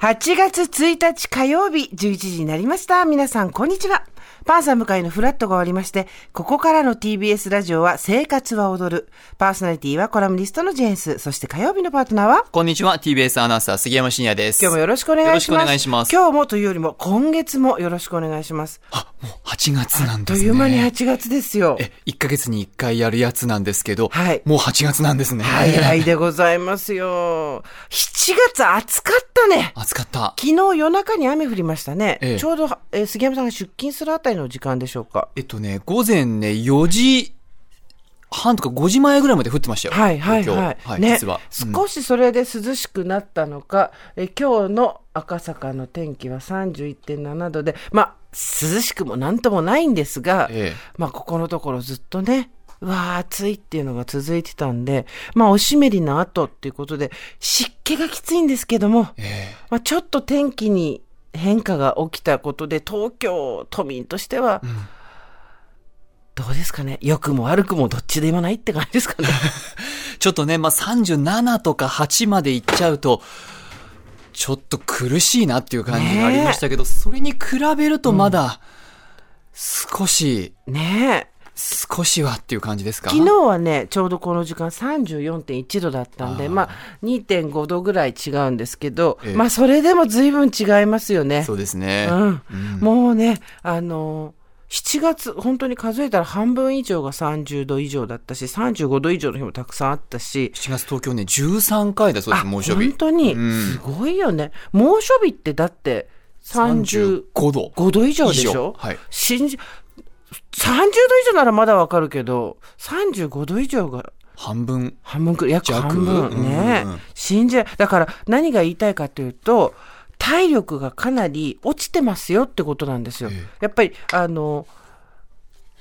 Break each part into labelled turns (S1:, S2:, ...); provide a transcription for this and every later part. S1: 8月1日火曜日11時になりました。皆さん、こんにちは。パンサー向かいのフラットが終わりまして、ここからの TBS ラジオは生活は踊る。パーソナリティはコラムニストのジェーンス。そして火曜日のパートナーは
S2: こんにちは、TBS アナウンサー杉山真也です。
S1: 今日もよろしくお願いします。
S2: よろしくお願いします
S1: 今日もというよりも今月もよろしくお願いします。あ
S2: あ、もう8月なん
S1: っと
S2: です
S1: い
S2: ね。
S1: う間に8月ですよ。
S2: え、1ヶ月に1回やるやつなんですけど、
S1: はい
S2: もう8月なんですね。
S1: 早いでございますよ。7月暑かったね。
S2: 暑かった。
S1: 昨日夜中に雨降りましたね。
S2: ええ
S1: ちょうど、えー杉山さんが出勤するあたりの時間でしょうか。
S2: えっとね、午前ね、4時半とか5時前ぐらいまで降ってましたよ。
S1: はいはい
S2: 東京
S1: はい。
S2: はい、
S1: ね、
S2: 実は。うん
S1: 少しそれで涼しくなったのか、え今日の赤坂の天気は31.7度で、まあ、涼しくもなんともないんですが、
S2: ええ
S1: まあ、ここのところずっとね、うわあ、暑いっていうのが続いてたんで、まあ、おしめりの後っていうことで、湿気がきついんですけども、
S2: え
S1: まあ、ちょっと天気に変化が起きたことで、東京都民としては、どうですかね良くも悪くもどっちでもないって感じですかね。
S2: えちょっとね、まあ、37とか8まで行っちゃうと、ちょっと苦しいなっていう感じがありましたけど、それに比べるとまだ、少し、
S1: ねえ。
S2: 少しはっていう感じですか
S1: 昨日はね、ちょうどこの時間34.1度だったんで、
S2: あー
S1: まあ2.5度ぐらい違うんですけど、
S2: ええ
S1: まあそれでも随分違いますよね。
S2: そうですね。
S1: うん
S2: うん
S1: もうね、あのー、7月、本当に数えたら半分以上が30度以上だったし、35度以上の日もたくさんあったし、
S2: 7月東京ね、13回だそうです、
S1: あ
S2: 猛暑日。
S1: 本当に、
S2: うん
S1: すごいよね。猛暑日ってだって35
S2: 35度。
S1: 度以上でし
S2: 以上
S1: ょ、
S2: はい
S1: 信じ30度以上ならまだわかるけど、35度以上が
S2: 半分。
S1: 半分く約
S2: 弱
S1: 半分ね、
S2: うんうんうん
S1: 信じらだから何が言いたいかというと体力がかなり落ちてますよってことなんですよ、
S2: ええ
S1: やっぱりあの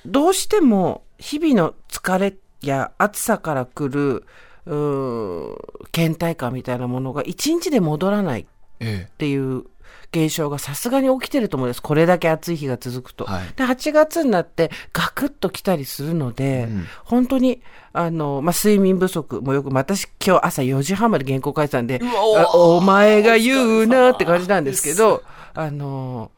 S1: どうしても日々の疲れや暑さから来るうーん倦怠感みたいなものが一日で戻らないっ
S2: え
S1: ていう現象がさすがに起きてると思うんですこれだけ暑い日が続くと、
S2: はい
S1: で8月になってガクッと来たりするので、
S2: うん
S1: 本当にあの、まあ、睡眠不足もよく私今日朝4時半まで原稿書いてたんで
S2: うわ
S1: あお前が言うなって感じなんですけどあの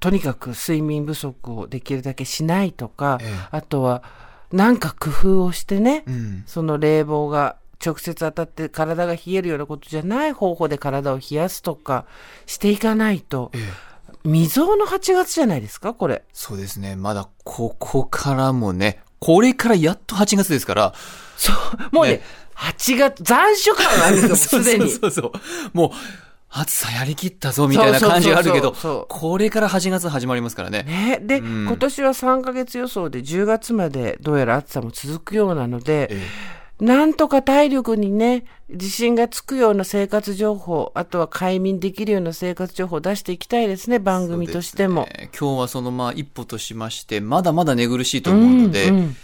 S1: とにかく睡眠不足をできるだけしないとか、
S2: ええ
S1: あとはなんか工夫をしてね、
S2: え。うん。
S1: その冷房が直接当たって体が冷えるようなことじゃない方法で体を冷やすとかしていかないと
S2: ええ。
S1: 未曾有の8月じゃないですかこ れ
S2: そうですね。まだここからもね、これからやっと8月ですから、
S1: そうもうね
S2: ね
S1: 8月残暑感があるんですよもうすでに
S2: そうそうそうそう。もう、暑さやりきったぞみたいな感じがあるけ
S1: そうそうそうそう
S2: ど、これから8月始まりますからね。
S1: ね、で、
S2: うん
S1: 今年は3ヶ月予想で10月までどうやら暑さも続くようなので、
S2: ええ
S1: なんとか体力にね、自信がつくような生活情報、あとは快眠できるような生活情報を出していきたいですね、番組としても。
S2: えー今日はそのまあ一歩としまして、まだまだ寝苦しいと思うので、
S1: うんうん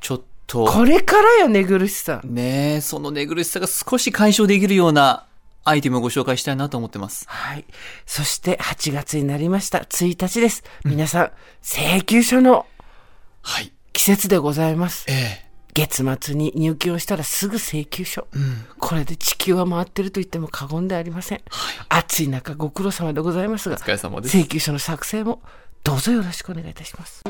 S2: ちょっと、
S1: これからよ、寝苦しさ。
S2: ねえ、その寝苦しさが少し解消できるようなアイテムをご紹介したいなと思ってます。
S1: はい。そして8月になりました。1日です。皆さん、請求書の
S2: はい。
S1: 季節でございます。
S2: ええ。
S1: 月末に入金をしたらすぐ請求書、これで地球は回ってると言っても過言ではありません、暑い中ご苦労様でございますが
S2: お疲れ様です。
S1: 請求書の作成もどうぞよろしくお願いいたします